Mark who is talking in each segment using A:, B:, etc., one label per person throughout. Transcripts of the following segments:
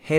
A: Hey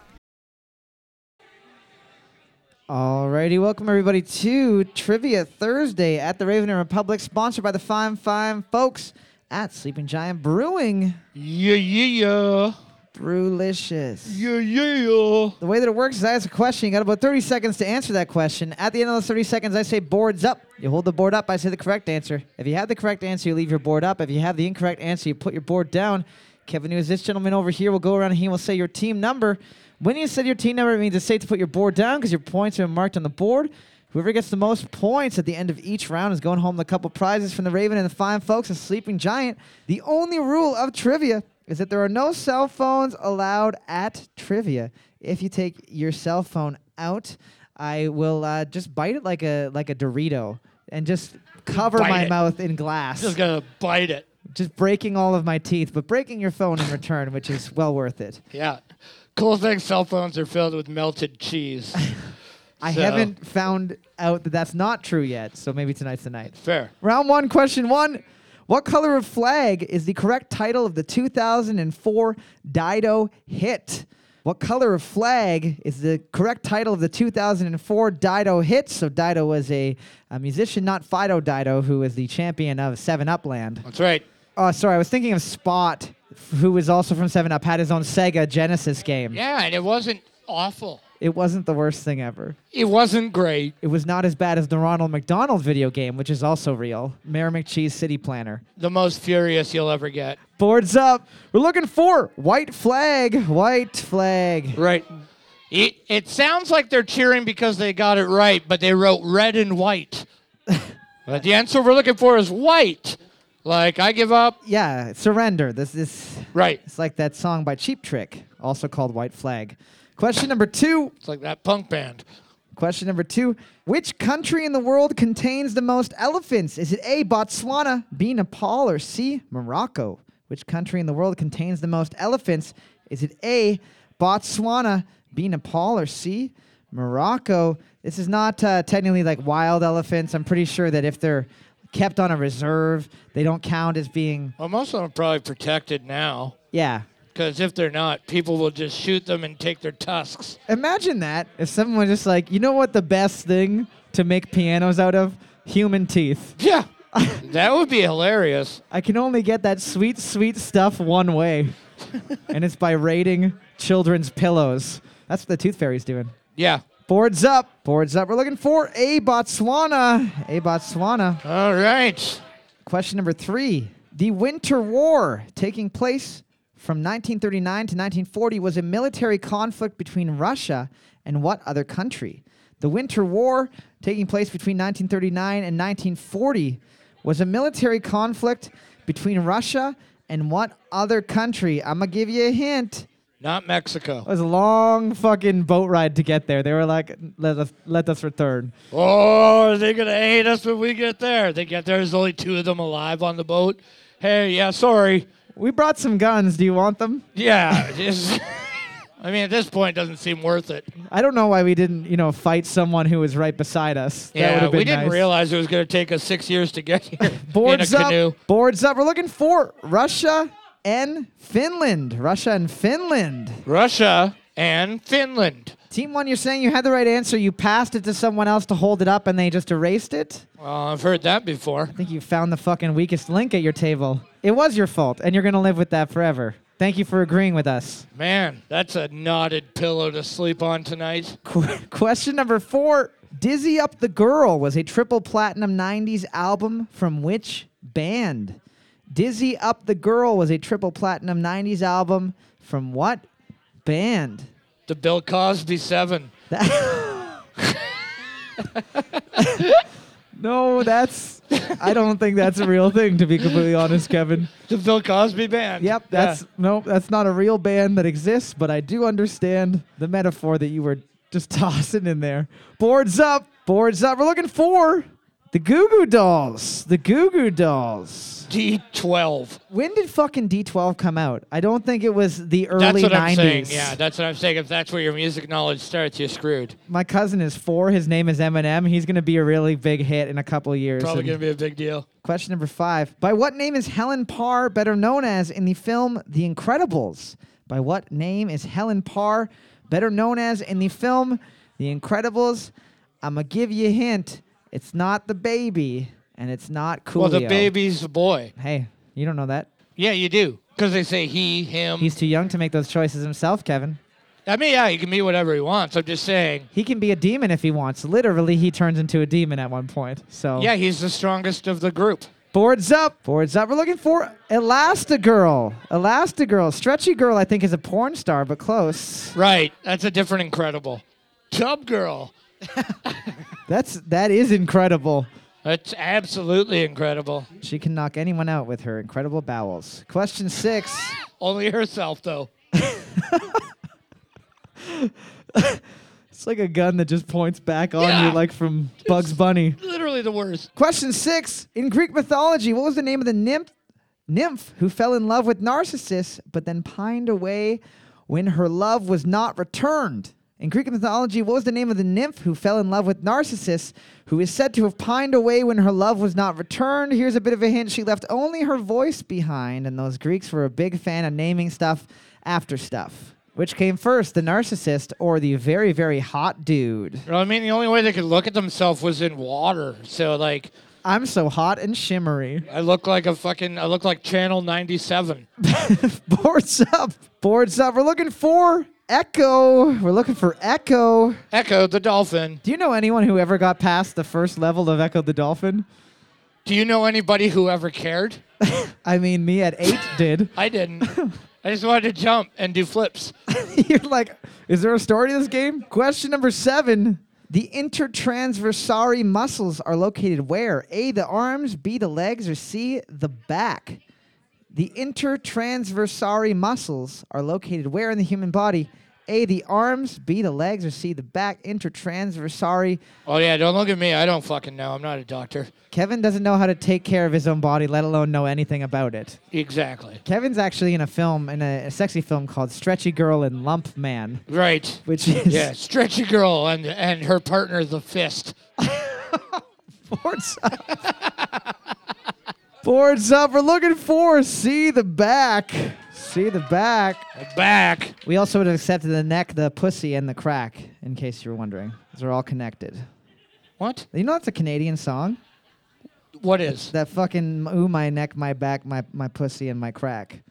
A: Alrighty, welcome everybody to Trivia Thursday at the Raven and Republic, sponsored by the fine, fine folks at Sleeping Giant Brewing.
B: Yeah, yeah,
A: Brewlicious.
B: yeah, yeah, yeah.
A: The way that it works is I ask a question. You got about 30 seconds to answer that question. At the end of those 30 seconds, I say boards up. You hold the board up. I say the correct answer. If you have the correct answer, you leave your board up. If you have the incorrect answer, you put your board down. Kevin, who is this gentleman over here, will go around and he will say your team number. When you said your team number, it means it's safe to put your board down because your points are marked on the board. Whoever gets the most points at the end of each round is going home with a couple prizes from the Raven and the fine folks at Sleeping Giant. The only rule of trivia is that there are no cell phones allowed at trivia. If you take your cell phone out, I will uh, just bite it like a like a Dorito and just cover
B: Bite
A: my
B: it.
A: mouth in glass, just,
B: Just gonna bite it.
A: breaking all of my teeth, but breaking your phone in return, which is well worth it.
B: Yeah. Cool thing, cell phones are filled with melted cheese.
A: I
B: So-
A: haven't found out that that's not true yet, so maybe tonight's the night.
B: Fair.
A: Round one, question one. What color of flag is the correct title of the 2004 Dido hit? What color of flag is the correct title of the 2004 Dido hit? So Dido was a, a musician, not Fido Dido, who was the champion of Seven Up Land.
B: That's right.
A: Oh, sorry, I was thinking of Spot, who was also from Seven Up, had his own Sega Genesis game.
B: Yeah, and it wasn't awful.
A: It wasn't the worst thing ever.
B: It wasn't great.
A: It was not as bad as the Ronald McDonald video game, which is also real. Mayor McCheese City Planner.
B: The most furious you'll ever get.
A: Boards up. We're looking for white flag. White flag.
B: Right. It, it sounds like they're cheering because they got it right, but they wrote red and white. but the answer we're looking for is white. Like, I give up.
A: Yeah, surrender. This is
B: Right.
A: it's like that song by Cheap Trick, also called White Flag. Question number 2.
B: It's like that punk band.
A: Question number 2. Which country in the world contains the most elephants? Is it A Botswana, B Nepal or C Morocco? Which country in the world contains the most elephants? Is it A Botswana, B Nepal or C Morocco. This is not uh, technically like wild elephants. I'm pretty sure that if they're kept on a reserve, they don't count as being.
B: Well, most of them are probably protected now.
A: Yeah.
B: Because if they're not, people will just shoot them and take their tusks.
A: Imagine that if someone was just like, you know what, the best thing to make pianos out of? Human teeth.
B: Yeah. that would be hilarious.
A: I can only get that sweet, sweet stuff one way, and it's by raiding children's pillows. That's what the tooth fairy's doing.
B: Yeah.
A: Boards up, boards up. We're looking for a Botswana, a Botswana.
B: All right.
A: Question number three. The Winter War, taking place from 1939 to 1940, was a military conflict between Russia and what other country? The Winter War, taking place between 1939 and 1940, was a military conflict between Russia and what other country? I'm going to give you a hint.
B: Not
A: It
B: Mexico.
A: was a long fucking boat ride to get there. They were like, let us, let us return.
B: Oh, are they going to hate us when we get there? They get there, there's only two of them alive on the boat. Hey, yeah, sorry.
A: We brought some guns. Do you want them?
B: Yeah. just- I mean, at this point, it doesn't seem worth it.
A: I don't know why we didn't, you know, fight someone who was right beside us. That would
B: yeah,
A: have been
B: we didn't
A: nice.
B: realize it was going to take us six years to get here
A: Boards
B: in a
A: up.
B: canoe.
A: Boards up. We're looking for Russia and Finland. Russia and Finland.
B: Russia and Finland.
A: Team one, you're saying you had the right answer. You passed it to someone else to hold it up, and they just erased it.
B: Well, I've heard that before.
A: I think you found the fucking weakest link at your table. It was your fault, and you're gonna live with that forever. Thank you for agreeing with us.
B: Man, that's a knotted pillow to sleep on tonight.
A: Qu- Question number four Dizzy Up the Girl was a triple platinum 90s album from which band? Dizzy Up the Girl was a triple platinum 90s album from what band?
B: The Bill Cosby Seven.
A: No, that's. I don't think that's a real thing, to be completely honest, Kevin.
B: The Bill Cosby Band.
A: Yep,
B: Yeah.
A: that's. Nope, that's not a real band that exists, but I do understand the metaphor that you were just tossing in there. Boards up, boards up. We're looking for The Goo Goo Dolls. The Goo Goo Dolls.
B: D12.
A: When did fucking D12 come out? I don't think it was the early
B: that's what
A: 90s.
B: I'm saying. Yeah, that's what I'm saying. If that's where your music knowledge starts, you're screwed.
A: My cousin is four. His name is Eminem. He's going to be a really big hit in a couple of years.
B: Probably
A: and-
B: going to be a big deal.
A: Question number five. By what name is Helen Parr better known as in the film The Incredibles? By what name is Helen Parr better known as in the film The Incredibles? I'm going to give you a hint. It's not the baby, and it's not Coolio.
B: Well, the baby's a boy.
A: Hey, you don't know that.
B: Yeah, you do. Because they say he, him.
A: He's too young to make those choices himself, Kevin.
B: I mean, yeah, he can be whatever he wants. I'm just saying.
A: He can be a demon if he wants. Literally, he turns into a demon at one point. So
B: Yeah, he's the strongest of the group.
A: Boards up. Boards up. We're looking for Elastigirl. Elastigirl. Stretchy Girl, I think, is a porn star, but close.
B: Right. That's a different incredible. Tub girl.
A: That's that is incredible.
B: That's absolutely incredible.
A: She can knock anyone out with her incredible bowels. Question six.
B: Only herself, though.
A: it's like a gun that just points back on
B: Yeah.
A: you like from Bugs Bunny.
B: Literally the worst.
A: Question six. In Greek mythology, what was the name of the nymph nymph who fell in love with Narcissus but then pined away when her love was not returned? In Greek mythology, what was the name of the nymph who fell in love with Narcissus, who is said to have pined away when her love was not returned? Here's a bit of a hint. She left only her voice behind, and those Greeks were a big fan of naming stuff after stuff. Which came first, the narcissist or the very, very hot dude?
B: Well, I mean, the only way they could look at themselves was in water. So, like,
A: I'm so hot and shimmery.
B: I look like a fucking, I look like Channel 97.
A: Boards up. Boards up. We're looking for Echo. We're looking for Echo.
B: Echo the dolphin.
A: Do you know anyone who ever got past the first level of Echo the Dolphin?
B: Do you know anybody who ever cared?
A: I mean, me at eight did.
B: I didn't. I just wanted to jump and do flips.
A: You're like, is there a story to this game? Question number seven. The intertransversary muscles are located where? A, the arms, B, the legs, or C, the back? The intertransversary muscles are located where in the human body? A, the arms, B, the legs, or C, the back? Intertransversary.
B: Oh, yeah, don't look at me. I don't fucking know. I'm not a doctor.
A: Kevin doesn't know how to take care of his own body, let alone know anything about it.
B: Exactly.
A: Kevin's actually in a film, in a, a sexy film called Stretchy Girl and Lump Man,
B: Right.
A: which is
B: Yeah, stretchy girl and and her partner, the fist.
A: Boards up. Boards up. We're looking for see the back. See the back.
B: Back.
A: We also would have accepted the neck, the pussy, and the crack, in case you were wondering. These are all connected.
B: What?
A: You know that's a Canadian song?
B: What is?
A: That fucking ooh my neck, my back, my my pussy, and my crack.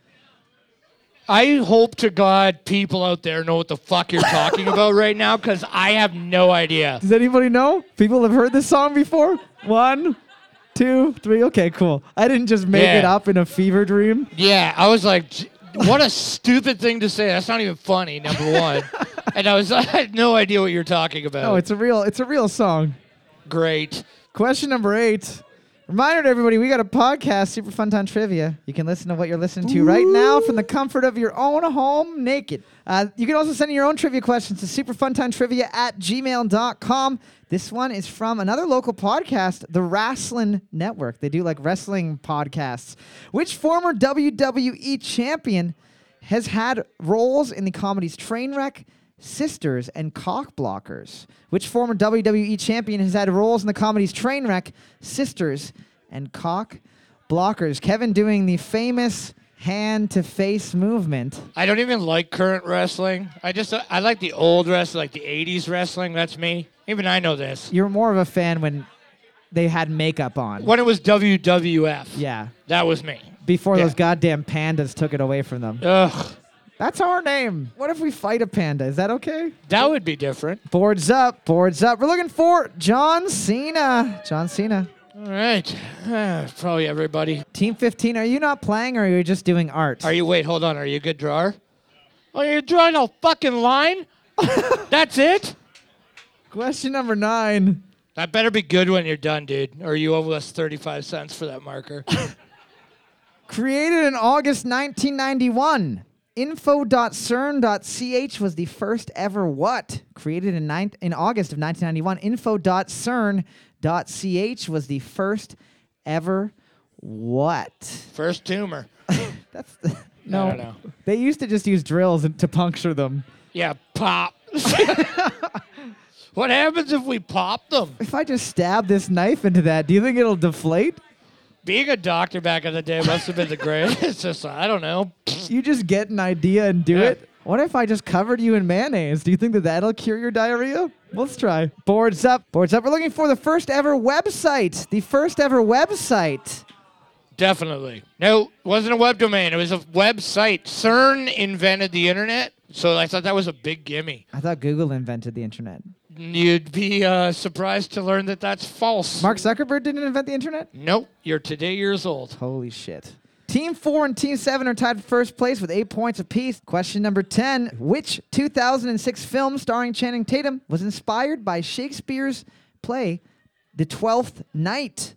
B: I hope to God people out there know what the fuck you're talking about right now because I have no idea.
A: Does anybody know? People have heard this song before? One, two, three. Okay, cool. I didn't just make it
B: Yeah.
A: up in a fever dream.
B: Yeah, I was like, "J- what a stupid thing to say. That's not even funny, number one. and I was I had no idea what you're talking about.
A: No, it's a real it's a real song.
B: great.
A: Question number eight. Reminder to everybody, we got a podcast, Super Fun Time Trivia. You can listen to what you're listening to right now from the comfort of your own home naked. Uh, you can also send in your own trivia questions to superfuntimetrivia at gmail.com. This one is from another local podcast, the Wrestling Network. They do like wrestling podcasts. Which former WWE champion has had roles in the comedies Trainwreck, Sisters, and Cock Blockers. Which former WWE champion has had roles in the comedies Trainwreck, Sisters, and Cock Blockers? Kevin doing the famous hand to face movement.
B: I don't even like current wrestling. I just I like the old wrestling, like the 80s wrestling. That's me. Even I know this.
A: You're more of a fan when they had makeup on.
B: When it was WWF,
A: Yeah.
B: that was me.
A: Before
B: Yeah.
A: those goddamn pandas took it away from them.
B: Ugh,
A: That's our name. What if we fight a panda? Is that okay?
B: that would be different.
A: Boards up, boards up. We're looking for John Cena. John Cena.
B: All right, Uh, probably everybody.
A: Team 15, are you not playing or are you just doing art?
B: Are you? Wait, hold on. Are you a good drawer? Oh, you're drawing a fucking line. That's it.
A: Question number nine.
B: That better be good when you're done, dude. Or you owe us 35 cents for that marker.
A: Created in August 1991, info.cern.ch was the first ever what? Created in, nine in August of 1991, info.cern .ch was the first ever what?
B: First tumor.
A: That's
B: No.
A: no. They used to just use drills and- to puncture them.
B: Yeah, pop. what happens if we pop them?
A: If I just stab this knife into that, do you think it'll deflate?
B: Being a doctor back in the day must have been the greatest. It's just, I don't know.
A: You just get an idea and do
B: Yeah.
A: it. What if I just covered you in mayonnaise? Do you think that that'll cure your diarrhea? Let's try. Boards up. Boards up. We're looking for the first ever website. The first ever website.
B: Definitely. No, wasn't a web domain. It was a website. CERN invented the internet, so I thought that was a big gimme.
A: I thought Google invented the internet.
B: You'd be uh, surprised to learn that that's false.
A: Mark Zuckerberg didn't invent the internet?
B: Nope, you're today years old.
A: Holy shit. Team 4 and Team 7 are tied for first place with 8 points apiece. Question number 10 Which 2006 film starring Channing Tatum was inspired by Shakespeare's play, The Twelfth Night?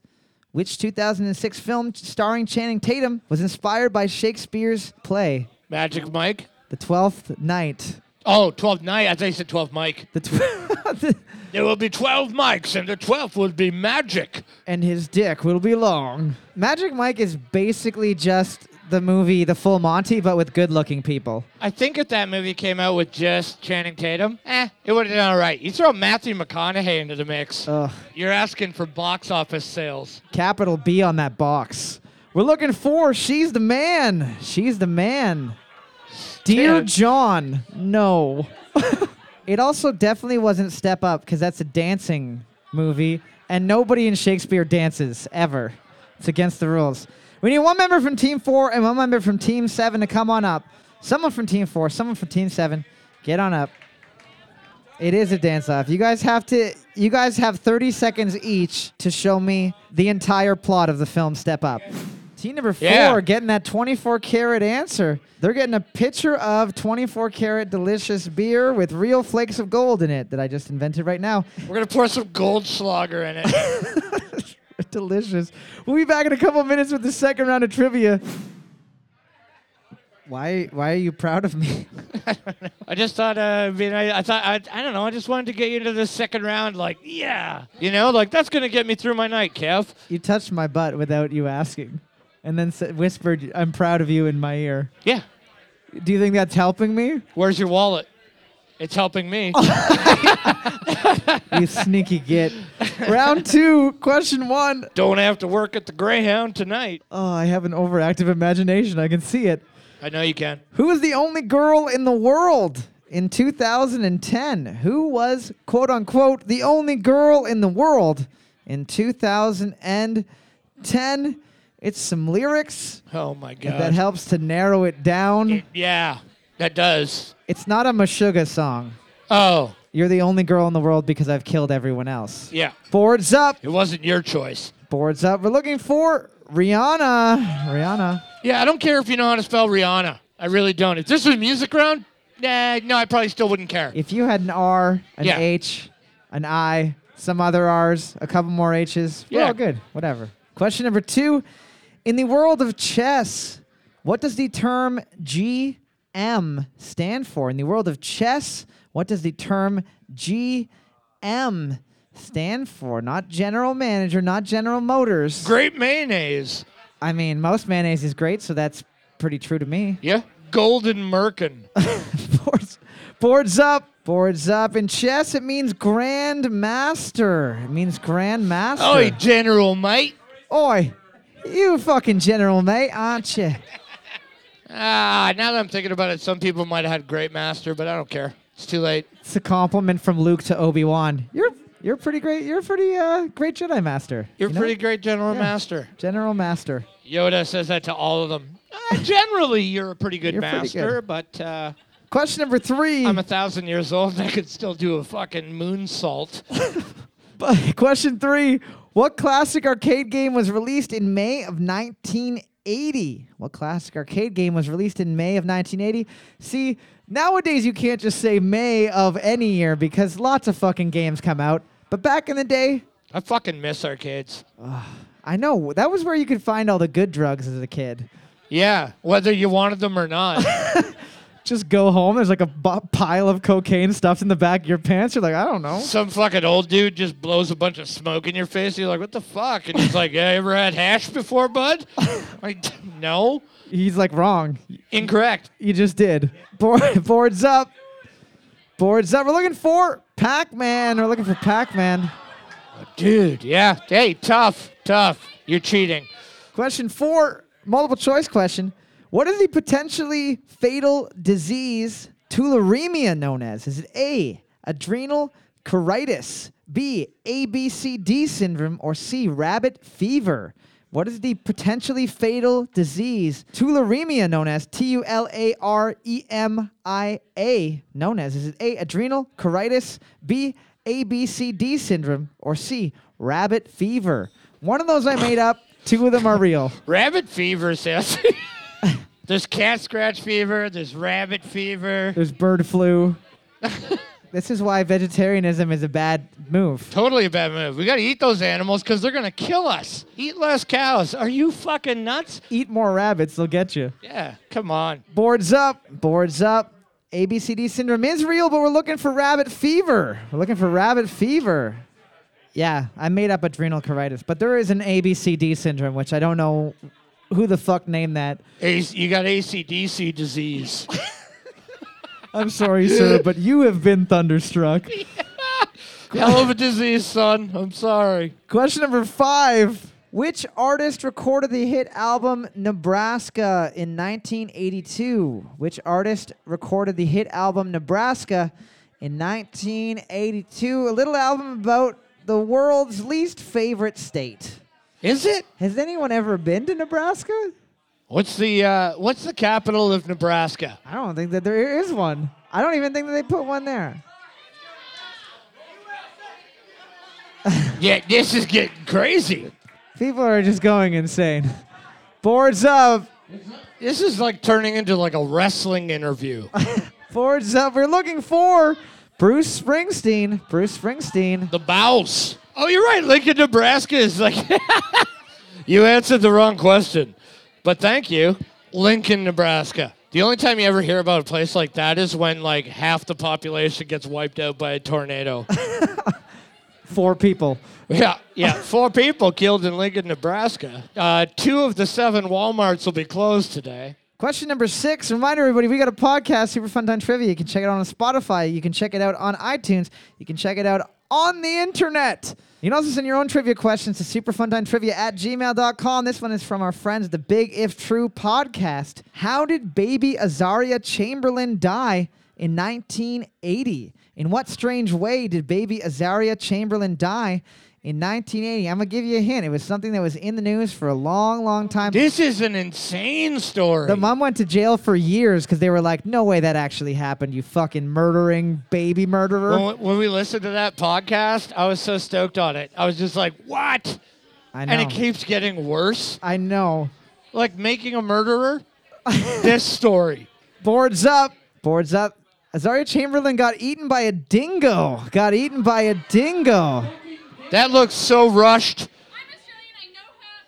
A: Which 2006 film starring Channing Tatum was inspired by Shakespeare's play,
B: Magic Mike?
A: The Twelfth Night?
B: Oh, 12th night. I thought you said 12th Mike.
A: The tw-
B: There will be 12 mics, and the 12th will be magic.
A: and his dick will be long. Magic Mike is basically just the movie The Full Monty, but with good looking people.
B: I think if that movie came out with just Channing Tatum, eh, it would have done all right. You throw Matthew McConaughey into the mix,
A: Ugh.
B: you're asking for box office sales.
A: capital B on that box. We're looking for She's the Man. She's the Man. Dear
B: Dude.
A: John, no. it also definitely wasn't Step Up because that's a dancing movie and nobody in Shakespeare dances ever. It's against the rules. We need one member from Team 4 and one member from Team 7 to come on up. Someone from Team 4, someone from Team 7. Get on up. It is a dance off. You guys have to you guys have 30 seconds each to show me the entire plot of the film Step Up. Team number 4
B: Yeah.
A: getting that 24 karat answer. They're getting a pitcher of 24 karat delicious beer with real flakes of gold in it that I just invented right now.
B: We're going to pour some Goldschlager in it.
A: delicious. We'll be back in a couple of minutes with the second round of trivia. Why why are you proud of me?
B: I just thought, uh, I mean, I, I thought, I, I don't know, I just wanted to get you into the second round, like, yeah, you know, like that's gonna get me through my night, Kev.
A: you touched my butt without you asking and then s- whispered I'm proud of you in my ear.
B: Yeah,
A: Do you think that's helping me?
B: where's your wallet? It's helping me.
A: You sneaky git. Round two, question one.
B: Don't have to work at the Greyhound tonight.
A: Oh, I have an overactive imagination. I can see it.
B: I know you can.
A: Who was the only girl in the world in 2010? Who was, quote unquote, the only girl in the world in 2010? It's some lyrics.
B: Oh my
A: If that
B: God.
A: helps to narrow it down.
B: It- yeah, that does.
A: It's not a Meshuggah song.
B: Oh,
A: You're the only girl in the world because I've killed everyone else.
B: yeah.
A: Boards up.
B: It wasn't your choice.
A: Boards up. We're looking for Rihanna. Rihanna.
B: Yeah, I don't care if you know how to spell Rihanna. I really don't. If this was music round, nah, no, I probably still wouldn't care.
A: If you had an R, an
B: Yeah.
A: H, an I, some other R's, a couple more H's, we're
B: Yeah.
A: all good. Whatever. Question number two. In the world of chess, what does the term GM stand for? In the world of chess, what does the term GM stand for? Not general manager, not general motors.
B: Great mayonnaise.
A: I mean, most mayonnaise is great, so that's pretty true to me.
B: Yeah. Golden Merkin.
A: boards, boards up, boards up. In chess, it means grand master. It means grand master.
B: Oi, Oh, General Mate.
A: Oi, you fucking general mate, aren't you?
B: Ah, now that I'm thinking about it, some people might have had Great Master, but I don't care. It's too late.
A: It's a compliment from Luke to Obi Wan. You're you're pretty great. You're a pretty uh, great Jedi master.
B: You're
A: you know?
B: pretty great General
A: Yeah.
B: Master.
A: general master.
B: Yoda says that to all of them. Uh, generally, you're a pretty good
A: You're pretty
B: master,
A: good.
B: but uh,
A: Question number 3
B: I'm a thousand years old and I could still do a fucking moonsault.
A: But question three: What classic arcade game was released in May of 1980? What classic arcade game was released in May of 1980? See, nowadays you can't just say May of any year because lots of fucking games come out. But back in the day,
B: I fucking miss arcades.
A: I know that was where you could find all the good drugs as a kid.
B: Yeah, whether you wanted them or not.
A: Just go home. There's like a b- pile of cocaine stuffed in the back of your pants. You're like, I don't know.
B: Some fucking old dude just blows a bunch of smoke in your face. You're like, what the fuck? And he's like, yeah, ever had hash before, bud? like, no.
A: He's like wrong.
B: Incorrect.
A: You just did. Board, boards up. Boards up. We're looking for Pac-Man. We're looking for Pac-Man.
B: Dude, yeah. Hey, tough, tough. You're cheating.
A: Question four, multiple choice question. What is the potentially fatal disease tularemia known as? Is it A, adrenal colitis, B, ABCD syndrome, or C, rabbit fever? What is the potentially fatal disease tularemia known as? T U L A R E M I A known as? Is it A, adrenal colitis, B, ABCD syndrome, or C, rabbit fever? One of those I made up, two of them are real.
B: Rabbit fever says. there's cat scratch fever. There's rabbit fever.
A: There's bird flu. this is why vegetarianism is a bad move.
B: Totally a bad move. We got to eat those animals because they're going to kill us. Eat less cows. Are you fucking nuts?
A: Eat more rabbits, they'll get you.
B: Yeah, come on.
A: Boards up, boards up. ABCD syndrome is real, but we're looking for rabbit fever. We're looking for rabbit fever. Yeah, I made up adrenal colitis, but there is an ABCD syndrome, which I don't know who the fuck named that.
B: A- you got ACDC disease.
A: I'm sorry, sir, but you have been thunderstruck.
B: Hell of a disease, son. I'm sorry.
A: Question number five. Which artist recorded the hit album Nebraska in 1982? Which artist recorded the hit album Nebraska in 1982? A little album about the world's least favorite state.
B: Is it?
A: Has anyone ever been to Nebraska?
B: What's the uh, What's the capital of Nebraska?
A: I don't think that there is one. I don't even think that they put one there.
B: Yeah, this is getting crazy.
A: People are just going insane. Boards up.
B: This is like turning into like a wrestling interview.
A: Boards up. We're looking for Bruce Springsteen. Bruce Springsteen.
B: The Bouse. Oh, you're right. Lincoln, Nebraska is like. you answered the wrong question, but thank you. Lincoln, Nebraska. The only time you ever hear about a place like that is when like half the population gets wiped out by a tornado.
A: Four people.
B: yeah, yeah. Four people killed in Lincoln, Nebraska. Uh, two of the seven WalMarts will be closed today.
A: Question number six. Remind everybody, we got a podcast, Super Fun Time Trivia. You can check it out on Spotify. You can check it out on iTunes. You can check it out on the internet. You can also send your own trivia questions to superfuntimetrivia at gmail.com. This one is from our friends, the Big If True podcast. How did baby Azaria Chamberlain die in 1980? In what strange way did baby Azaria Chamberlain die in 1980? I'm going to give you a hint. It was something that was in the news for a long, long time.
B: This is an insane story.
A: The mom went to jail for years because they were like, "No way that actually happened, you fucking murdering baby murderer."
B: when, when we listened to that podcast, I was so stoked on it. I was just like, what?
A: I know.
B: And it keeps getting worse.
A: I know.
B: Like making a murderer? this story.
A: Boards up. Boards up. Azaria Chamberlain got eaten by a dingo. Got eaten by a dingo.
B: That looks so rushed.
C: I'm Australian. I know her.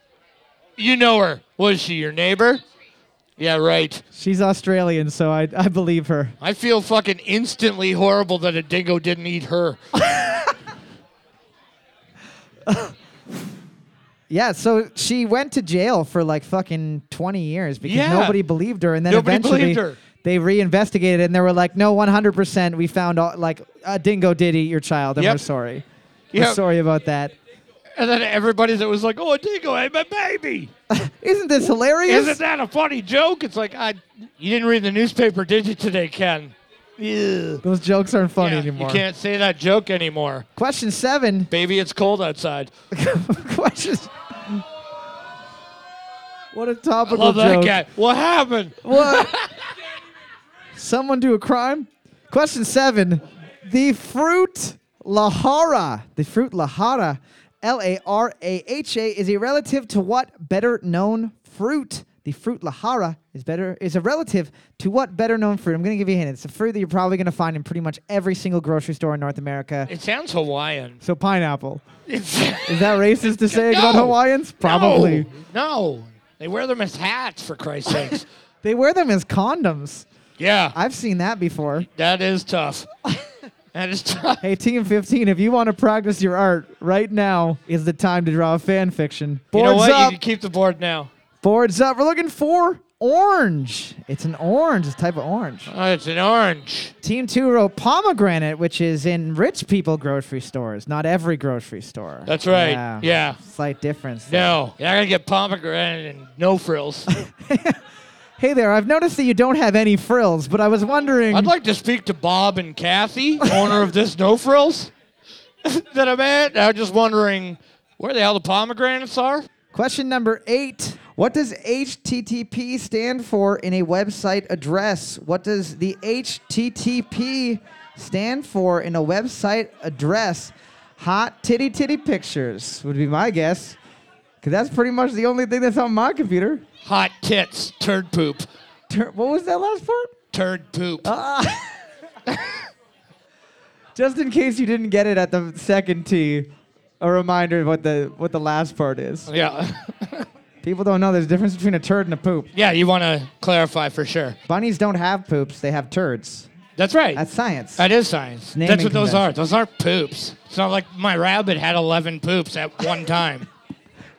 B: You know her. Was she your neighbor? Yeah, right.
A: She's Australian, so I, I believe her.
B: I feel fucking instantly horrible that a dingo didn't eat her.
A: Yeah, so she went to jail for like fucking 20 years because
B: Yeah.
A: nobody believed her. And then
B: Nobody
A: eventually
B: believed her.
A: they reinvestigated and they were like, no, 100%. We found all, like a dingo did eat your child and we're
B: Yep.
A: sorry. We're
B: Yep.
A: sorry about that.
B: And then everybody that was like, oh, a dingo ate my baby.
A: Isn't this hilarious?
B: Isn't that a funny joke? It's like, I, you didn't read the newspaper, did you today, Ken? Yeah.
A: Those jokes aren't funny
B: Yeah,
A: anymore.
B: You can't say that joke anymore.
A: Question seven.
B: Baby, it's cold outside.
A: Question. What a topical
B: Love that
A: joke.
B: guy. What happened?
A: What? Someone do a crime? Question seven. The fruit lahara. The fruit lahara, L A R A H A, is a relative to what better known fruit? The fruit lahara is better is a relative to what better known fruit? I'm gonna give you a hint. It's a fruit that you're probably gonna find in pretty much every single grocery store in North America.
B: It sounds Hawaiian.
A: So pineapple.
B: It's
A: Is that racist to say about
B: No.
A: Hawaiians? Probably.
B: No. No. They wear them as hats, for Christ's sakes.
A: They wear them as condoms.
B: Yeah,
A: I've seen that before.
B: that is tough. that is tough.
A: Hey, Team 15, if you want to practice your art, right now is the time to draw a fan fiction.
B: You
A: Boards
B: know what? You
A: up.
B: can keep the board now.
A: Boards up. We're looking for orange. It's an orange. It's a type of orange.
B: Oh, it's an orange.
A: Team 2 wrote pomegranate, which is in rich people grocery stores, not every grocery store.
B: That's right. Yeah.
A: Slight difference. there.
B: No, I gotta get pomegranate and no frills.
A: Hey there, I've noticed that you don't have any frills, but I was wondering.
B: I'd like to speak to Bob and Kathy, owner of this No Frills that I'm at. I'm just wondering where the hell the pomegranates are.
A: Question number eight. What does HTTP stand for in a website address? What does the HTTP stand for in a website address? Hot titty titty pictures would be my guess. Because that's pretty much the only thing that's on my computer.
B: Hot tits, turd poop,
A: Tur- What was that last part?
B: turd poop.
A: Just in case you didn't get it at the second T, a reminder of what the, what the last part is.
B: yeah,
A: People don't know there's a difference between a turd and a poop.
B: yeah. You want to clarify for sure.
A: Bunnies don't have poops, they have turds.
B: That's right.
A: That's science.
B: That is science.
A: naming
B: That's what those
A: convention.
B: are. Those aren't poops. It's not like my rabbit had 11 poops at one time.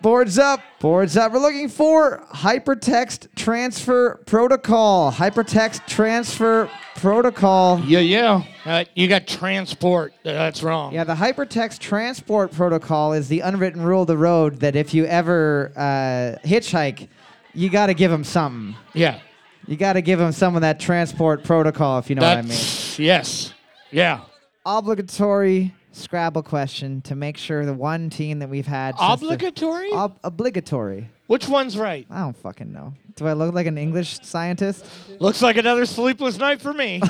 A: Boards up. Boards up. We're looking for hypertext transfer protocol. Hypertext transfer protocol.
B: yeah, yeah. Uh, you got transport. Uh, That's wrong.
A: Yeah, the hypertext transport protocol is the unwritten rule of the road that if you ever uh, hitchhike, you got to give them something.
B: Yeah.
A: You got to give them some of that transport protocol, if you know what I mean.
B: That's, yes. Yeah.
A: Obligatory Scrabble question to make sure the one team that we've had. since the-
B: Obligatory?
A: Ob- obligatory.
B: Which one's right?
A: I don't fucking know. Do I look like an English scientist?
B: Looks like another sleepless night for me.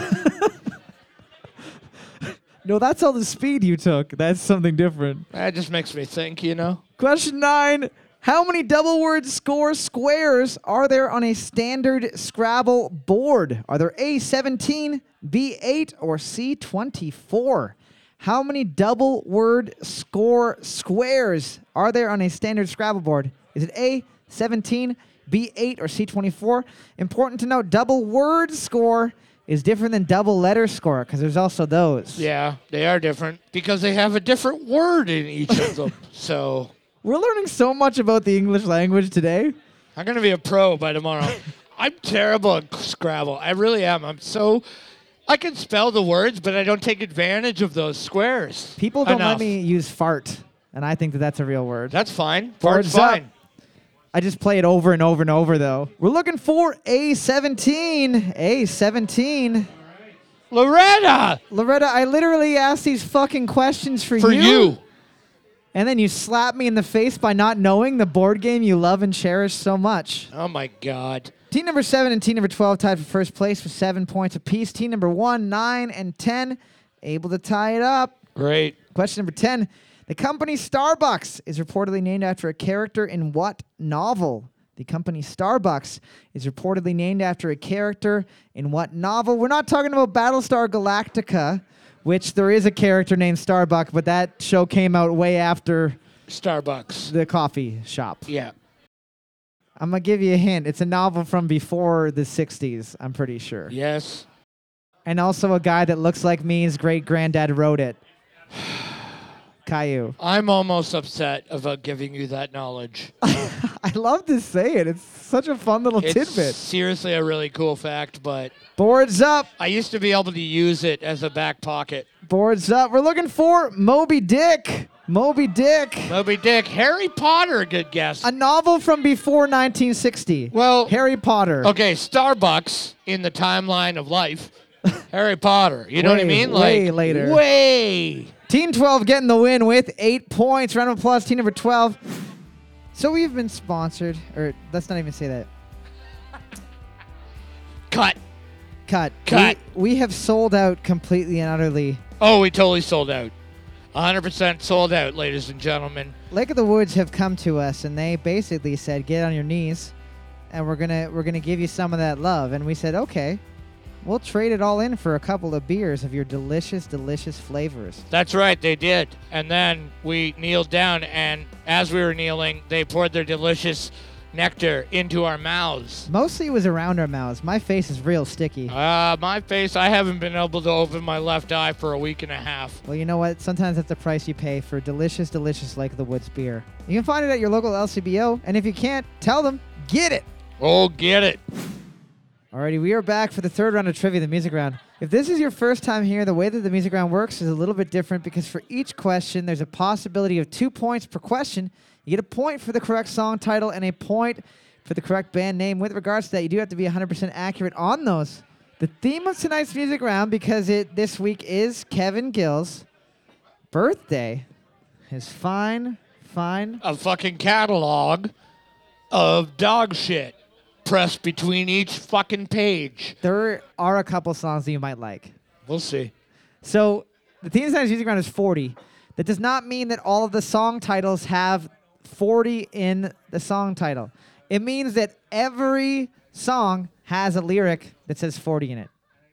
A: No, that's all the speed you took. That's something different.
B: that just makes me think, you know?
A: Question nine. How many double word score squares are there on a standard Scrabble board? Are there A17, B8, or C24? How many double word score squares are there on a standard Scrabble board? Is it A17, B8, or C24? Important to note, double word score is different than double letter score because there's also those.
B: Yeah, they are different because they have a different word in each of them. So
A: We're learning so much about the English language today.
B: I'm going to be a pro by tomorrow. I'm terrible at Scrabble. I really am. I'm so. I can spell the words, but I don't take advantage of those squares.
A: People don't
B: enough.
A: let me use fart, and I think that that's a real word.
B: That's fine.
A: Boards
B: Fart's fine.
A: I just play it over and over and over, though. We're looking for A17. A17.
B: Loretta!
A: Loretta, I literally asked these fucking questions for,
B: For you.
A: And then you slap me in the face by not knowing the board game you love and cherish so much.
B: Oh my God.
A: Team number seven and team number 12 tied for first place with seven points apiece. Team number one, nine, and 10 able to tie it up.
B: Great.
A: Question number 10. The company Starbucks is reportedly named after a character in what novel? The company Starbucks is reportedly named after a character in what novel? We're not talking about Battlestar Galactica, which there is a character named Starbuck, but that show came out way after
B: Starbucks.
A: the coffee shop.
B: Yeah.
A: I'm going to give you a hint. It's a novel from before the 60s, I'm pretty sure.
B: Yes.
A: And also a guy that looks like me's great granddad wrote it. Caillou.
B: I'm almost upset about giving you that knowledge.
A: I love to say it. It's such a fun little
B: It's
A: tidbit.
B: seriously a really cool fact, but
A: Boards up,
B: I used to be able to use it as a back pocket.
A: boards up. We're looking for Moby Dick. Moby Dick,
B: Moby Dick, Harry Potter, good guess.
A: a novel from before 1960.
B: Well-
A: Harry Potter.
B: okay, Starbucks in the timeline of life. Harry Potter, you know what I
A: Way,
B: mean?
A: way later.
B: Way.
A: Team 12 getting the win with eight points. Round of applause, team number 12. So we've been sponsored, or let's not even say that.
B: Cut.
A: Cut.
B: Cut.
A: We, we have sold out completely and utterly.
B: Oh, we totally sold out. 100% sold out, ladies and gentlemen.
A: Lake of the Woods have come to us and they basically said, "Get on your knees, and we're gonna we're gonna give you some of that love." And we said, "Okay, we'll trade it all in for a couple of beers of your delicious, delicious flavors."
B: That's right, they did. And then we kneeled down, and as we were kneeling, they poured their delicious nectar into our mouths.
A: Mostly it was around our mouths. My face is real sticky.
B: Uh, my face, I haven't been able to open my left eye for a week and a half.
A: Well, you know what? Sometimes that's the price you pay for delicious, delicious Lake of the Woods beer. You can find it at your local LCBO, and if you can't, tell them, get it!
B: Oh, get it.
A: Alrighty, we are back for the third round of trivia, the music round. If this is your first time here, the way that the music round works is a little bit different because for each question, there's a possibility of two points per question. You get a point for the correct song title and a point for the correct band name. With regards to that, you do have to be 100% accurate on those. The theme of tonight's music round, because it this week is Kevin Gill's birthday, his fine, fine.
B: A fucking catalog of dog shit pressed between each fucking page.
A: There are a couple songs that you might like.
B: We'll see.
A: So the theme song's music round is 40. That does not mean that all of the song titles have 40 in the song title. It means that every song has a lyric that says 40 in it.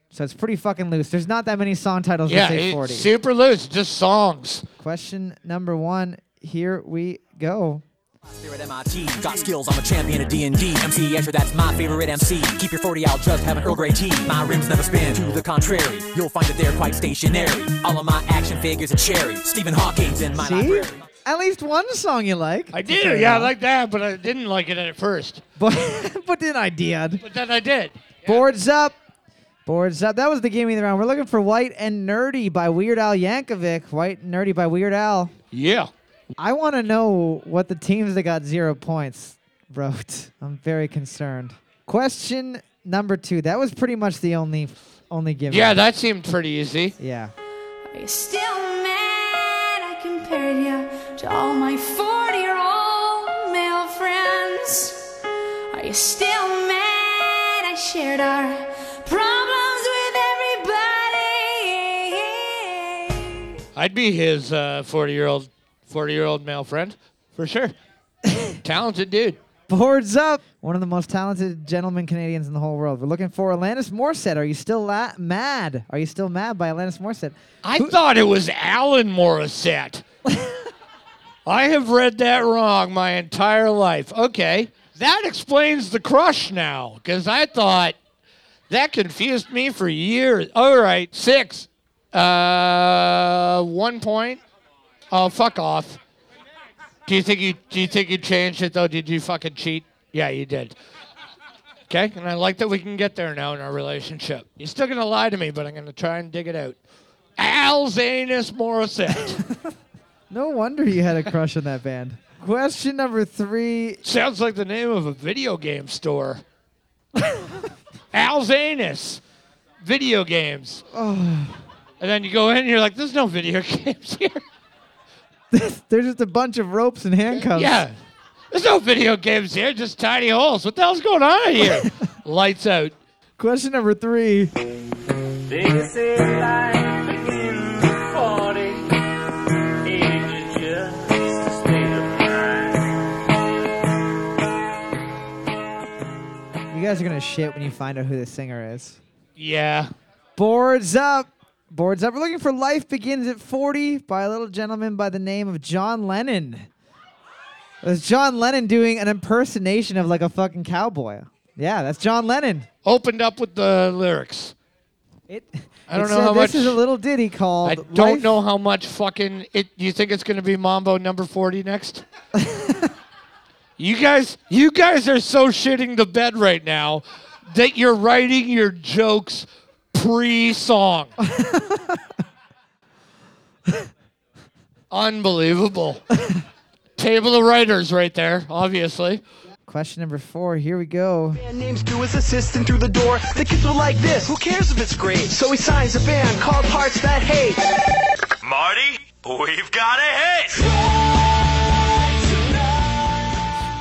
A: So it's pretty fucking loose. There's not that many song titles
B: Yeah,
A: that say
B: it's
A: 40.
B: super loose, just songs.
A: Question number one. Here we go.
D: Here at MIT, got skills, I'm a champion of D&D. MC Escher, that's my favorite MC. Keep your 40 out, just have an Earl Grey tea. My rims never spin, to the contrary. You'll find that they're quite stationary. All of my action figures are cherry. Stephen Hawking's in my
A: See?
D: library.
A: At least one song you like.
B: I
A: That's fair
B: did, yeah, I
A: enough.
B: like that, but I didn't like it at first.
A: But, but then I did.
B: But then I did.
A: Boards up. Boards up. That was the game of the round. We're looking for White and Nerdy by Weird Al Yankovic. White and Nerdy by Weird Al.
B: Yeah.
A: I want to know what the teams that got zero points wrote. I'm very concerned. Question number two. That was pretty much the only only given.
B: Yeah, that seemed pretty easy.
A: yeah.
E: Are you still mad I compared you to all my 40 year old male friends? Are you still mad I shared our problems with everybody?
B: I'd be his uh, 40-year-old 40-year-old male friend for sure. Talented dude.
A: Boards up. One of the most talented gentlemen Canadians in the whole world. We're looking for Alanis Morissette. Are you still la- mad? Are you still mad by Alanis Morissette?
B: I thought it was Alan Morissette. I have read that wrong my entire life. Okay. That explains the crush now, because I thought that confused me for years. All right, six. Uh, one point. Oh, fuck off. Do you think you do you think you changed it though? Did you fucking cheat? Yeah, you did. Okay, and I like that we can get there now in our relationship. You're still gonna lie to me, but I'm gonna try and dig it out. Al's anus Morissette.
A: No wonder you had a crush on that band. Question number three.
B: Sounds like the name of a video game store. Al's anus. Video games. And then you go in and you're like, there's no video games here.
A: There's just a bunch of ropes and handcuffs.
B: Yeah. There's no video games here, just tiny holes. What the hell's going on here? Lights out.
A: Question number three.
F: This is life begins at 40. Age is just a state of mind.
A: You guys are gonna shit when you find out who the singer is.
B: Yeah.
A: Boards up. Boards up. We're looking for Life Begins at 40 by a little gentleman by the name of John Lennon. It was John Lennon doing an impersonation of like a fucking cowboy. Yeah, that's John Lennon.
B: Opened up with the lyrics.
A: It,
B: I don't
A: it
B: know
A: said,
B: how
A: this
B: much-
A: is a little ditty called
B: I don't
A: Life-
B: know how much fucking it. You think it's gonna be Mambo number forty next? you guys, you guys are so shitting the bed right now that you're writing your jokes pre-song. Unbelievable. Table of writers right there, obviously.
A: Question number four. Here we go.
G: Band names to his assistant through the door. The kids were like this. Who cares if it's great? So he signs a band called Hearts That Hate.
F: Marty, we've got a hit!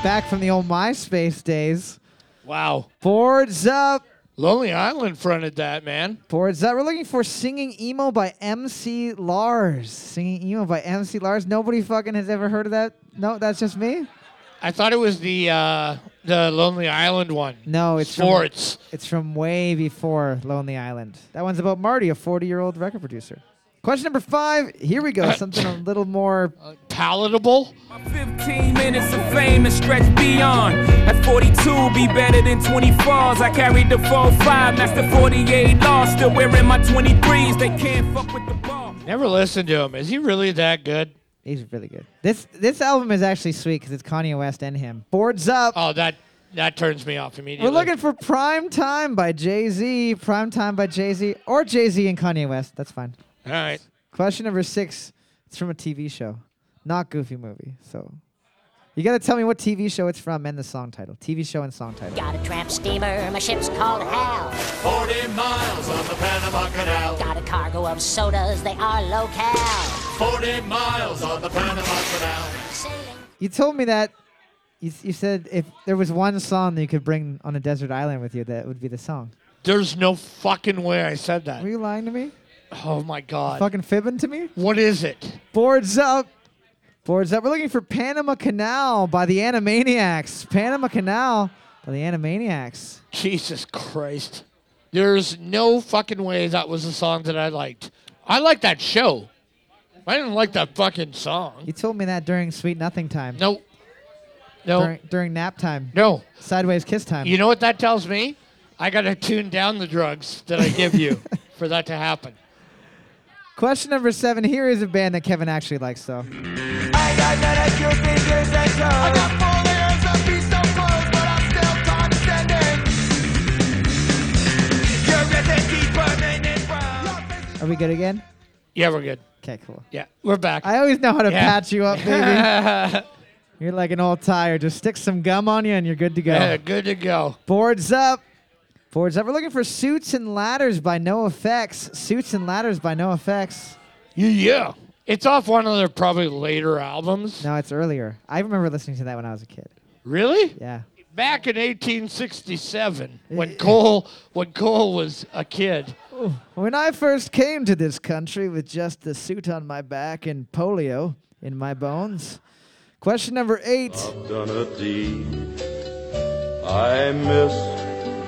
A: Back from the old MySpace days.
B: Wow.
A: Boards up.
B: Lonely Island fronted that, man.
A: Boards that we're looking for singing emo by MC Lars. Singing emo by MC Lars. Nobody fucking has ever heard of that. No, that's just me.
B: I thought it was the uh, the Lonely Island one.
A: No, it's from-
B: sports.
A: It's from way before Lonely Island. That one's about Marty, a 40 year old record producer. Question number five. Here we go. Something a little more
B: palatable.
H: 15 minutes of fame and stretch beyond. At 42, be better than 24s. I carried the 4-5, master 48 lost. Still wearing my 23s, they can't fuck with the ball.
B: Never listened to him. Is he really that good?
A: He's really good. This this album is actually sweet because it's Kanye West and him. Boards up.
B: Oh, that that turns me off immediately.
A: We're looking for Prime Time by Jay Z. Prime Time by Jay Z. Or Jay Z and Kanye West. That's fine.
B: All right.
A: Question number six. It's from a TV show, not Goofy movie. So you got to tell me what TV show it's from and the song title. TV show and song title.
I: Got a tramp steamer, my ship's called Hal.
J: 40 miles on the Panama Canal.
I: Got a cargo of sodas, they are locale.
J: 40 miles on the Panama Canal.
I: Sailing
A: You told me that. You, s- you said if there was one song that you could bring on a desert island with you, that would be the song.
B: There's no fucking way I said
A: Were
B: that.
A: you lying to me?
B: Oh my god.
A: Fucking fibbing to me?
B: What is it?
A: Boards up. Boards up. We're looking for Panama Canal by the Animaniacs. Panama Canal by the Animaniacs.
B: Jesus Christ. There's no fucking way that was a song that I liked. I liked that show. I didn't like that fucking song.
A: You told me that during Sweet Nothing time.
B: No. No.
A: During, during nap time.
B: No.
A: Sideways kiss time.
B: You know what that tells me? I gotta tune down the drugs that I give you for that to happen.
A: Question number seven. Here is a band that Kevin actually likes, though.
G: I got none of your fingers and toes. I got four layers of piece of clothes, but I'm still condescending. Your recipe for maintenance from-
A: Are we good again?
B: Yeah, we're good.
A: Okay, cool.
B: Yeah, we're back.
A: I always know how to
B: Yeah.
A: patch you up, baby. you're like an old tire. Just stick some gum on you and you're good to go.
B: Yeah, good to go.
A: Boards up. Boards up. We're looking for Suits and Ladders by No Effects. Suits and Ladders by No Effects.
B: Yeah. It's off one of their probably later albums.
A: No, it's earlier. I remember listening to that when I was a kid.
B: Really?
A: Yeah.
B: Back in 1867, when Cole when Cole was a kid.
A: When I first came to this country with just the suit on my back and polio in my bones. Question number eight.
K: done a deed. I miss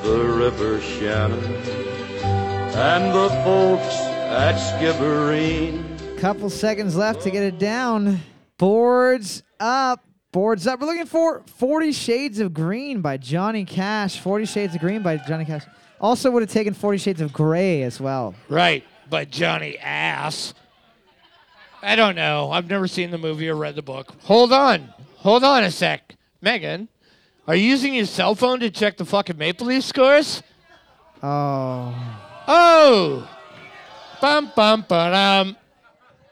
K: the River Shannon and the folks at Skibbereen.
A: Couple seconds left to get it down. Boards up. Boards up. We're looking for 40 Shades of Green by Johnny Cash. 40 Shades of Green by Johnny Cash. Also would have taken 40 Shades of Gray as well.
B: Right, by Johnny Ass. I don't know. I've never seen the movie or read the book. Hold on. Hold on a sec. Megan, are you using your cell phone to check the fucking Maple Leaf scores?
A: Oh.
B: Oh! Bum bum ba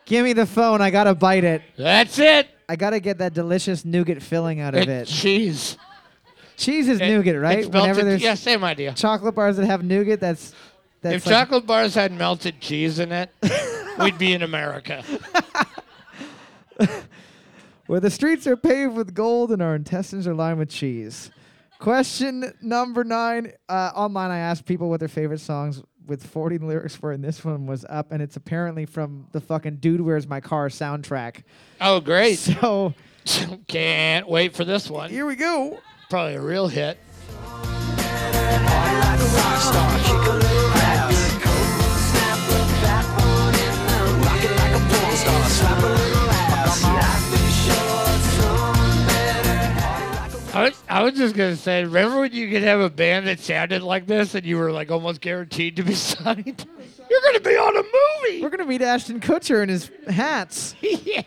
A: Give me the phone. I got to bite it.
B: That's it.
A: I got to get that delicious nougat filling out of
B: It's
A: it.
B: cheese.
A: Cheese is
B: It-
A: nougat, right?
B: It's
A: Whenever
B: melted.
A: there's
B: Yeah, same idea.
A: chocolate bars that have nougat, that's. that's
B: if
A: like-
B: chocolate bars had melted cheese in it, we'd be in America.
A: Where the streets are paved with gold and our intestines are lined with cheese. Question number nine. Uh, online, I asked people what their favorite songs with 40 lyrics were, and this one was up, and it's apparently from the fucking Dude Where's My Car soundtrack.
B: Oh, great.
A: So
B: Can't wait for this one.
A: here we go.
B: Probably a real hit. I was, I was just gonna say, remember when you could have a band that sounded like this and you were like almost guaranteed to be signed? You're gonna be on a
A: We're
B: movie.
A: going to meet Ashton Kutcher in his hats.
B: yeah.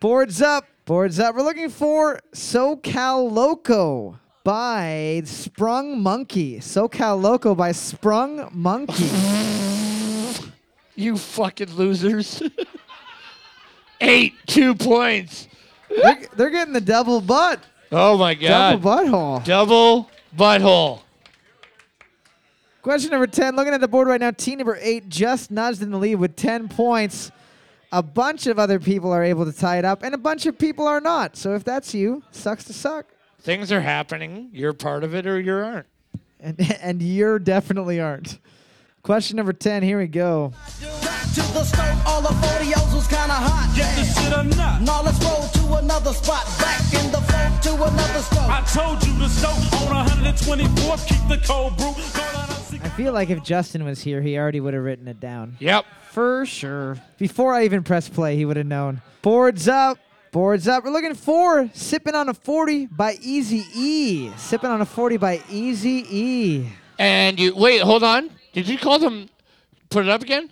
A: Boards up. Boards up. We're looking for SoCal Loco by Sprung Monkey. SoCal Loco by Sprung Monkey.
B: You fucking losers. Eight, two points.
A: they're, they're getting the double butt.
B: Oh my
A: Double
B: god.
A: butthole.
B: Double butthole.
A: Question number 10. Looking at the board right now, team number 8 just nudged in the lead with 10 points. A bunch of other people are able to tie it up, and a bunch of people are not. So if that's you, sucks to suck.
B: Things are happening. You're part of it or you aren't.
A: And, and you're definitely aren't. Question number 10. Here we go.
G: To the stove, all the 40s was kinda hot.
H: Get the shit or not.
G: Now let's roll to another spot, back in the flow to another stove.
H: I told you to stoke on 124th, keep the cold brew. Go down on six-
A: I feel like if Justin was here, he already would have written it down.
B: Yep.
A: For sure. Before I even press play, he would have known. Boards up. Boards up. We're looking for Sipping on a 40 by Easy E. Sipping on a 40 by Easy E.
B: And you wait, hold on. Did you call them? Put it up again.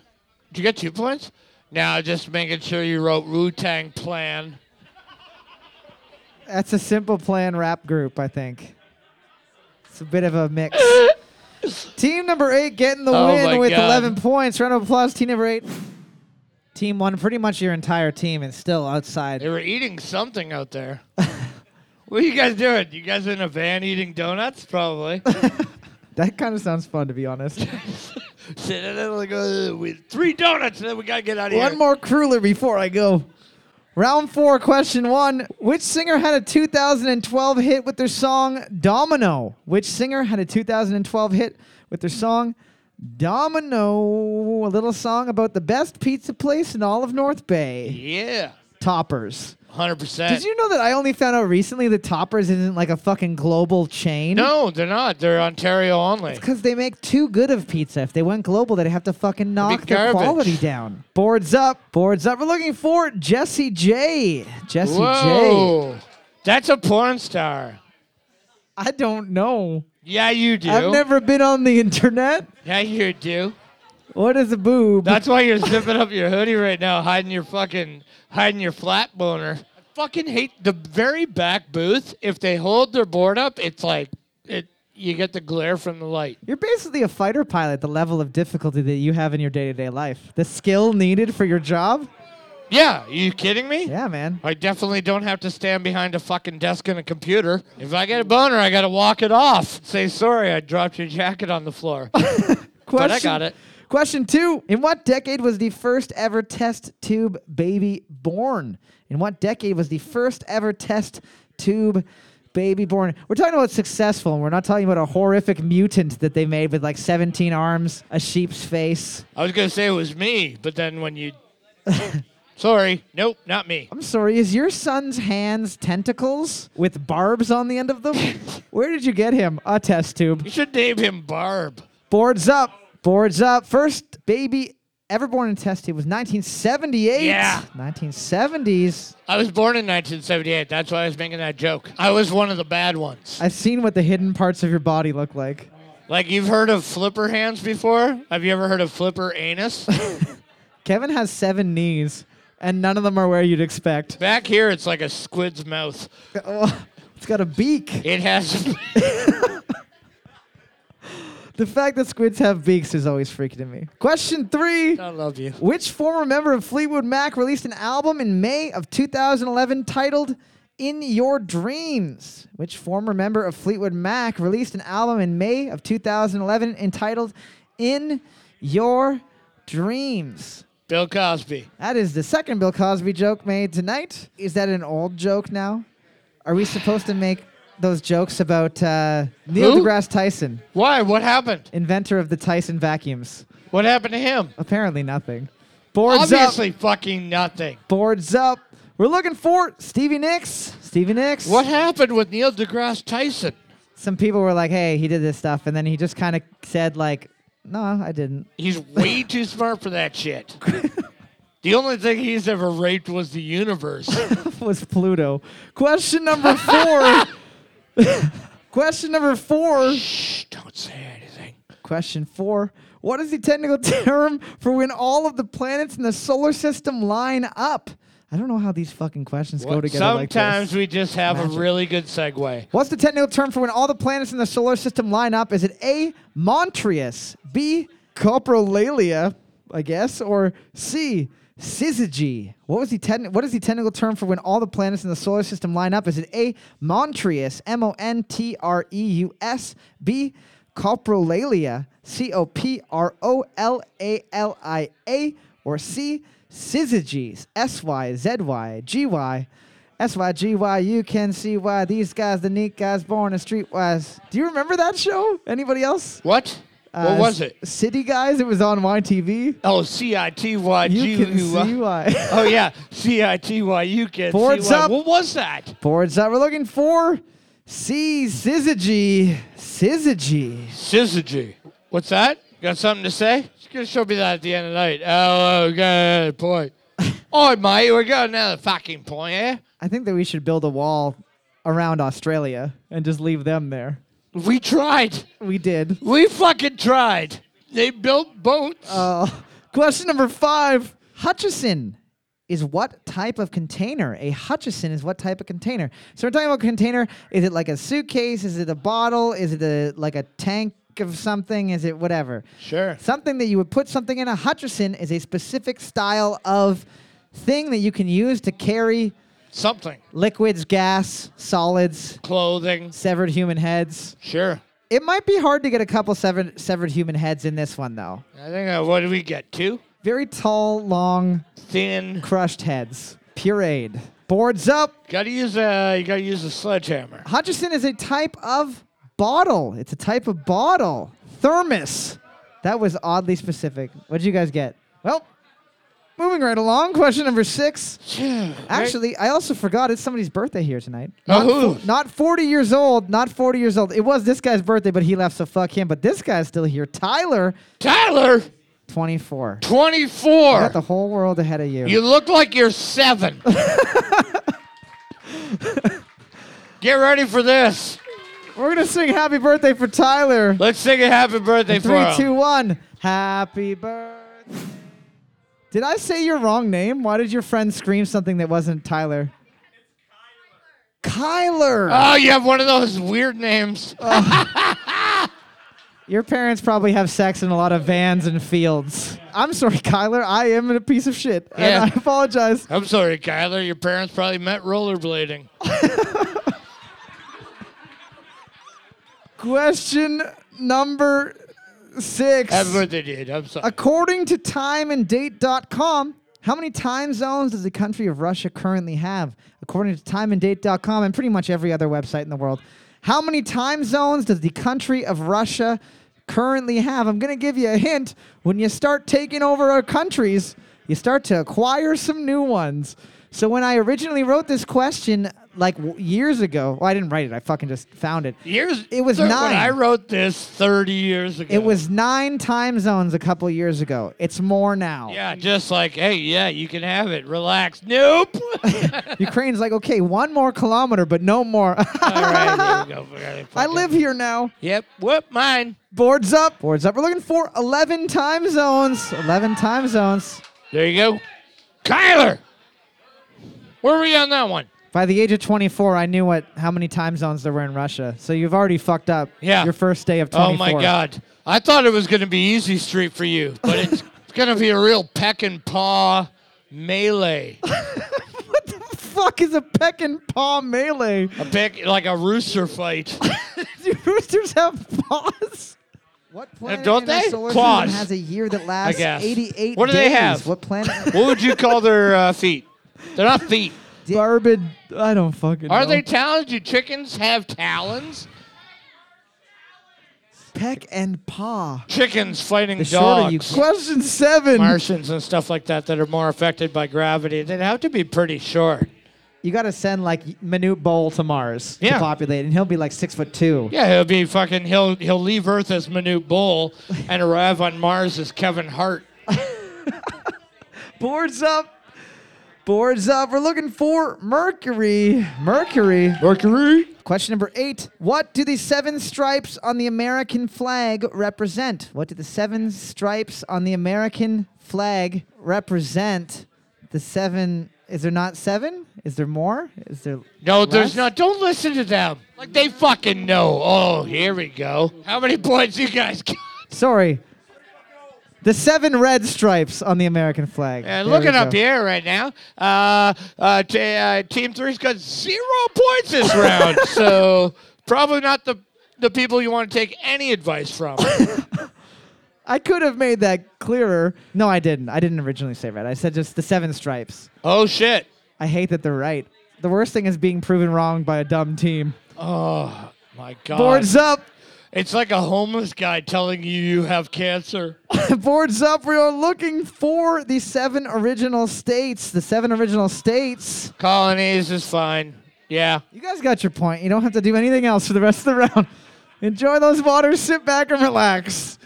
B: Did you get two points? Now just making sure you wrote Wu Tang Plan.
A: That's a simple plan rap group, I think. It's a bit of a mix. team number eight getting the
B: Oh my
A: win with
B: God.
A: 11 points. Round of applause, team number eight. Team one, pretty much your entire team, and still outside.
B: They were eating something out there. what are you guys doing? You guys in a van eating donuts? Probably.
A: That kind of sounds fun, to be honest.
B: Sit in it like uh, with three donuts, and then we gotta get out of here.
A: One more crueler before I go. Round four, question one. Which singer had a 2012 hit with their song Domino? Which singer had a 2012 hit with their song Domino? A little song about the best pizza place in all of North Bay.
B: Yeah,
A: Toppers.
B: hundred percent.
A: Did you know that I only found out recently that Toppers isn't like a fucking global chain?
B: No, they're not. They're Ontario only.
A: Because they make too good of pizza. If they went global, they'd have to fucking knock their
B: garbage.
A: quality down. Boards up, boards up. We're looking for Jesse J. Jesse J.
B: Whoa, that's a porn star.
A: I don't know.
B: Yeah, you do.
A: I've never been on the internet.
B: Yeah, you do.
A: What is a boob?
B: That's why you're zipping up your hoodie right now, hiding your fucking, hiding your flat boner. I fucking hate the very back booth. If they hold their board up, it's like it. You get the glare from the light.
A: You're basically a fighter pilot, the level of difficulty that you have in your day to day life. The skill needed for your job?
B: Yeah, you kidding me?
A: Yeah, man.
B: I definitely don't have to stand behind a fucking desk and a computer. If I get a boner, I gotta walk it off. Say sorry, I dropped your jacket on the floor. but I got it.
A: Question two In what decade was the first ever test tube baby born? In what decade was the first ever test tube baby born? We're talking about successful, and we're not talking about a horrific mutant that they made with like 17 arms, a sheep's face.
B: I was gonna say it was me, but then when you, sorry, nope, not me.
A: I'm sorry, is your son's hands tentacles with barbs on the end of them? Where did you get him? A test tube.
B: You should name him Barb.
A: Boards up, boards up. First baby ever born in a test tube was 1978.
B: Yeah.
A: 1970s.
B: I was born in 1978. That's why I was making that joke. I was one of the bad ones.
A: I've seen what the hidden parts of your body look like.
B: Like you've heard of flipper hands before? Have you ever heard of flipper anus?
A: Kevin has seven knees, and none of them are where you'd expect.
B: Back here, it's like a squid's mouth.
A: Oh, it's got a beak.
B: It has.
A: The fact that squids have beaks is always freaking me. Question three.
B: I love you.
A: Which former member of Fleetwood Mac released an album in May of 2011 titled In Your Dreams? Which former member of Fleetwood Mac released an album in May of 2011 entitled In Your Dreams?
B: Bill Cosby.
A: That is the second Bill Cosby joke made tonight. Is that an old joke now? Are we supposed to make those jokes about uh, Neil
B: Who?
A: deGrasse Tyson,
B: Why? What happened?
A: inventor of the Tyson vacuums?
B: What happened to him?
A: Apparently nothing. Boards up.
B: Obviously, fucking nothing.
A: Boards up. We're looking for Stevie Nicks. Stevie Nicks.
B: What happened with Neil deGrasse Tyson?
A: Some people were like, "Hey, he did this stuff," and then he just kind of said, "Like, no, I didn't."
B: He's way too smart for that shit. The only thing he's ever raped was the universe.
A: was Pluto. Question number four. Question number four.
B: Shh, don't say anything.
A: Question four. What is the technical term for when all of the planets in the solar system line up? I don't know how these fucking questions go together like
B: Sometimes
A: this.
B: we just have
A: Magic.
B: a really good segue.
A: What's the technical term for when all the planets in the solar system line up? Is it A, Montreus, B, Coprolalia, I guess, or C, Syzygy? What, was the techni- what is the technical term for when all the planets in the solar system line up? Is it A, Montreus, M O N T R E U S, B, Coprolalia, C O P R O L A L I A, or C, Syzygy, S Y Z Y G Y? That's why GY, you can see why these guys, the neat guys born and streetwise. Do you remember that show? Anybody else?
B: What?
A: Uh,
B: what was
A: S-
B: it?
A: City Guys. It was on YTV.
B: Oh, C I T Y
A: You
B: G
A: can
B: U.
A: see
B: Y.
A: why.
B: Oh yeah, C I T Y. You can
A: Boards
B: see why.
A: up.
B: What was that?
A: Boards that we're looking for. C. Syzygy. Syzygy.
B: Syzygy. What's that? Got something to say? She's gonna show me that at the end of the night. Oh, good point. All right, mate, we're going to the fucking point eh? here.
A: I think that we should build a wall around Australia and just leave them there.
B: We tried.
A: We did.
B: We fucking tried. They built boats.
A: Uh, question number five Hutchison is what type of container? A Hutchison is what type of container? So we're talking about container. Is it like a suitcase? Is it a bottle? Is it a, like a tank of something? Is it whatever?
B: Sure.
A: Something that you would put something in a Hutchison is a specific style of thing that you can use to carry
B: Something.
A: liquids, gas, solids,
B: Clothing.
A: severed human heads.
B: Sure.
A: It might be hard to get a couple severed severed human heads in this one though.
B: I think, uh, what did we get? Two?
A: Very tall, long,
B: Thin.
A: crushed heads. Pureed. Boards up.
B: Gotta use a, you gotta use a sledgehammer.
A: Hutchison is a type of bottle. It's a type of bottle. Thermos. That was oddly specific. What'd you guys get? Well, moving right along. Question number six. Actually, I also forgot it's somebody's birthday here tonight.
B: Oh,
A: Not
B: who?
A: Not 40 years old. Not 40 years old. It was this guy's birthday, but he left, so fuck him. But this guy's still here. Tyler,
B: Tyler,
A: 24. You got
B: 24.
A: the whole world ahead of you.
B: You look like you're seven. Get ready for this.
A: We're going to sing happy birthday for Tyler.
B: Let's sing a happy birthday
A: In
B: for
A: Three,
B: him.
A: two, one. Happy birthday. Did I say your wrong name? Why did your friend scream something that wasn't Tyler? Kyler. Uh,
B: Oh, you have one of those weird names.
A: Your parents probably have sex in a lot of vans and fields. I'm sorry, Kyler. I am a piece of shit.
B: Yeah.
A: And I apologize.
B: I'm sorry, Kyler. Your parents probably met rollerblading.
A: Question number six.
B: Happy birthday, dude. I'm sorry.
A: According to timeanddate.com, how many time zones does the country of Russia currently have? According to timeanddate.com and pretty much every other website in the world, how many time zones does the country of Russia currently have? I'm going to give you a hint. When you start taking over our countries, you start to acquire some new ones. So when I originally wrote this question, like w- years ago, well, I didn't write it. I fucking just found it.
B: Years.
A: It was
B: thir-
A: nine.
B: When I wrote this 30 years ago.
A: It was nine time zones a couple years ago. It's more now.
B: Yeah, just like, hey, yeah, you can have it. Relax. Nope. All
A: Ukraine's like, okay, one more kilometer, but no more.
B: right, here we go. We gotta
A: I
B: fucking-
A: live here now.
B: Yep. Whoop, mine.
A: Boards up. Boards up. We're looking for 11 time zones. 11 time zones.
B: There you go. Kyler! Where were we on that one?
A: By the age of 24, I knew what how many time zones there were in Russia. So you've already fucked up
B: Yeah.
A: your first day of 24.
B: Oh my God. I thought it was going to be easy street for you, but it's going to be a real peck and paw melee.
A: Fuck is a peck and paw melee?
B: A peck, like a rooster fight.
A: Do roosters have paws? What planet
B: don't
A: in our
B: they?
A: solar
B: Claws.
A: system has a year that lasts
B: guess.
A: 88
B: What do they
A: days?
B: have?
A: What planet?
B: what would you call their uh, feet? They're not feet.
A: Barbid. I don't fucking
B: Are
A: know.
B: they talons? Do chickens have talons?
A: peck and paw?
B: Chickens fighting
A: The shorter you.
B: dogs.
A: Question seven.
B: Martians and stuff like that that are more affected by gravity. They'd have to be pretty short.
A: You got to send like Manute Bowl to Mars
B: Yeah.
A: to populate, and he'll be like six foot two.
B: Yeah, he'll be fucking. He'll he'll leave Earth as Manute Bull and arrive on Mars as Kevin Hart.
A: Boards up. Boards up. We're looking for Mercury. Mercury.
B: Mercury.
A: Question number eight. What do the seven stripes on the American flag represent? What do the seven stripes on the American flag represent? The seven. Is there not seven? Is there more? Is there.
B: No, there's
A: less?
B: not. Don't listen to them. Like they fucking know. Oh, here we go. How many points you guys? got?
A: Sorry. The seven red stripes on the American flag.
B: And
A: There
B: look
A: we
B: it Uh, up
A: go.
B: here right now. Uh, uh, t- uh, team three's got zero points this round, so probably not the the people you want to take any advice from.
A: I could have made that clearer. No, I didn't. I didn't originally say red. I said just the seven stripes.
B: oh shit.
A: I hate that they're right. The worst thing is being proven wrong by a dumb team.
B: Oh my god.
A: Boards up.
B: It's like a homeless guy telling you you have cancer.
A: Boards up. We are looking for the seven original states. The seven original states.
B: Colonies is fine. Yeah.
A: You guys got your point. You don't have to do anything else for the rest of the round. Enjoy those waters, sit back and relax.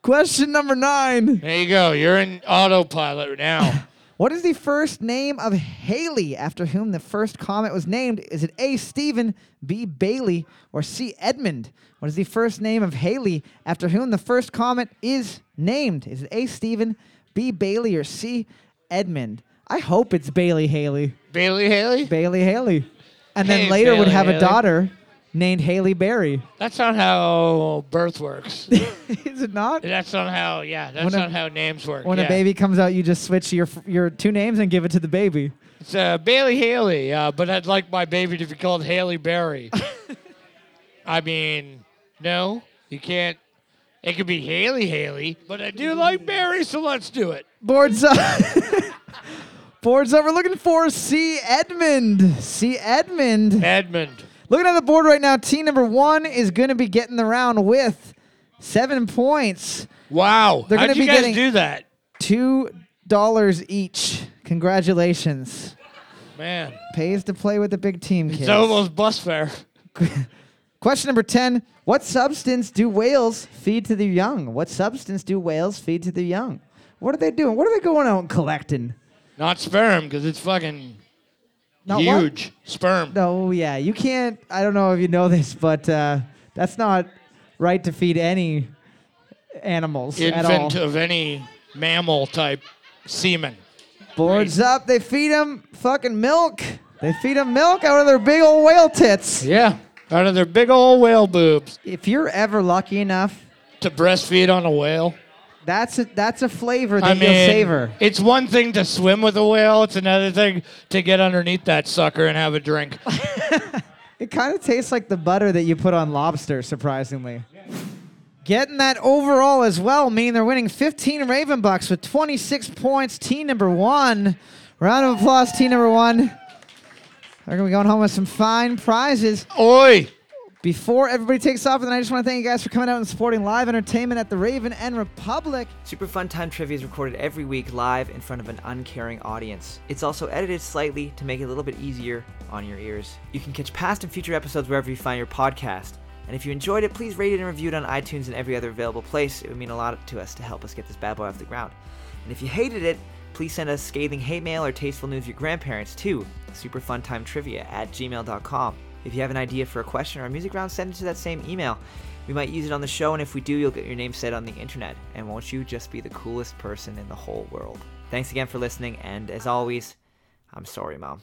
A: Question number nine.
B: There you go. You're in autopilot now.
A: What is the first name of Haley, after whom the first comet was named? Is it A. Stephen, B. Bailey, or C. Edmund? What is the first name of Haley, after whom the first comet is named? Is it A. Stephen, B. Bailey, or C. Edmund? I hope it's Bailey Haley.
B: Bailey Haley?
A: Bailey Haley. And then
B: Hey,
A: later would
B: Bailey
A: have a
B: Haley.
A: daughter named Haley Berry.
B: That's not how birth works.
A: Is it not?
B: That's not how. Yeah, that's
A: When a-
B: not how names work.
A: When
B: yeah.
A: a baby comes out, you just switch your f- your two names and give it to the baby.
B: It's uh, Bailey Haley, uh, but I'd like my baby to be called Haley Berry. I mean, no, you can't. It could be Haley Haley, but I do like Berry, so let's do it.
A: Boards up. Boards up. We're looking for C. Edmund. C. Edmund.
B: Edmund.
A: Looking at the board right now, team number one is going to be getting the round with seven points,
B: Wow.
A: They're
B: How'd
A: gonna
B: you
A: be
B: guys
A: getting-
B: do that?
A: two dollars each. Congratulations.
B: Man,
A: Pays to play with the big team, kids.
B: it's almost bus fare.
A: Question number 10 What substance do whales feed to the young? What substance do whales feed to the young? What are they doing? What are they going out and collecting?
B: Not sperm, because it's fucking
A: Not what?
B: huge. Sperm.
A: No, yeah, you can't. I don't know if you know this, but uh, that's not right to feed any animals at all.
B: Infant of any mammal type semen.
A: Boards up. They feed them fucking milk. They feed them milk out of their big old whale tits.
B: Yeah. Out of their big old whale boobs.
A: If you're ever lucky enough,
B: To breastfeed on a whale.
A: that's a, that's a flavor that
B: I
A: you'll
B: mean,
A: savor.
B: it's one thing to swim with a whale. It's another thing to get underneath that sucker and have a drink.
A: It kind of tastes like the butter that you put on lobster, surprisingly. Getting that overall as well, meaning they're winning 15 Raven Bucks with 26 points. Team number one. Round of applause, team number one. They're going to be going home with some fine prizes.
B: Oi!
A: Before everybody takes off, and I just want to thank you guys for coming out and supporting live entertainment at the Raven and Republic.
L: Super Fun Time Trivia is recorded every week live in front of an uncaring audience. It's also edited slightly to make it a little bit easier on your ears. You can catch past and future episodes wherever you find your podcast. And if you enjoyed it, please rate it and review it on iTunes and every other available place. It would mean a lot to us to help us get this bad boy off the ground. And if you hated it, please send us scathing hate mail or tasteful news of your grandparents to superfuntimetrivia at gmail.com. If you have an idea for a question or a music round, send it to that same email. We might use it on the show, and if we do, you'll get your name said on the internet. And won't you just be the coolest person in the whole world? Thanks again for listening, and as always, I'm sorry, Mom.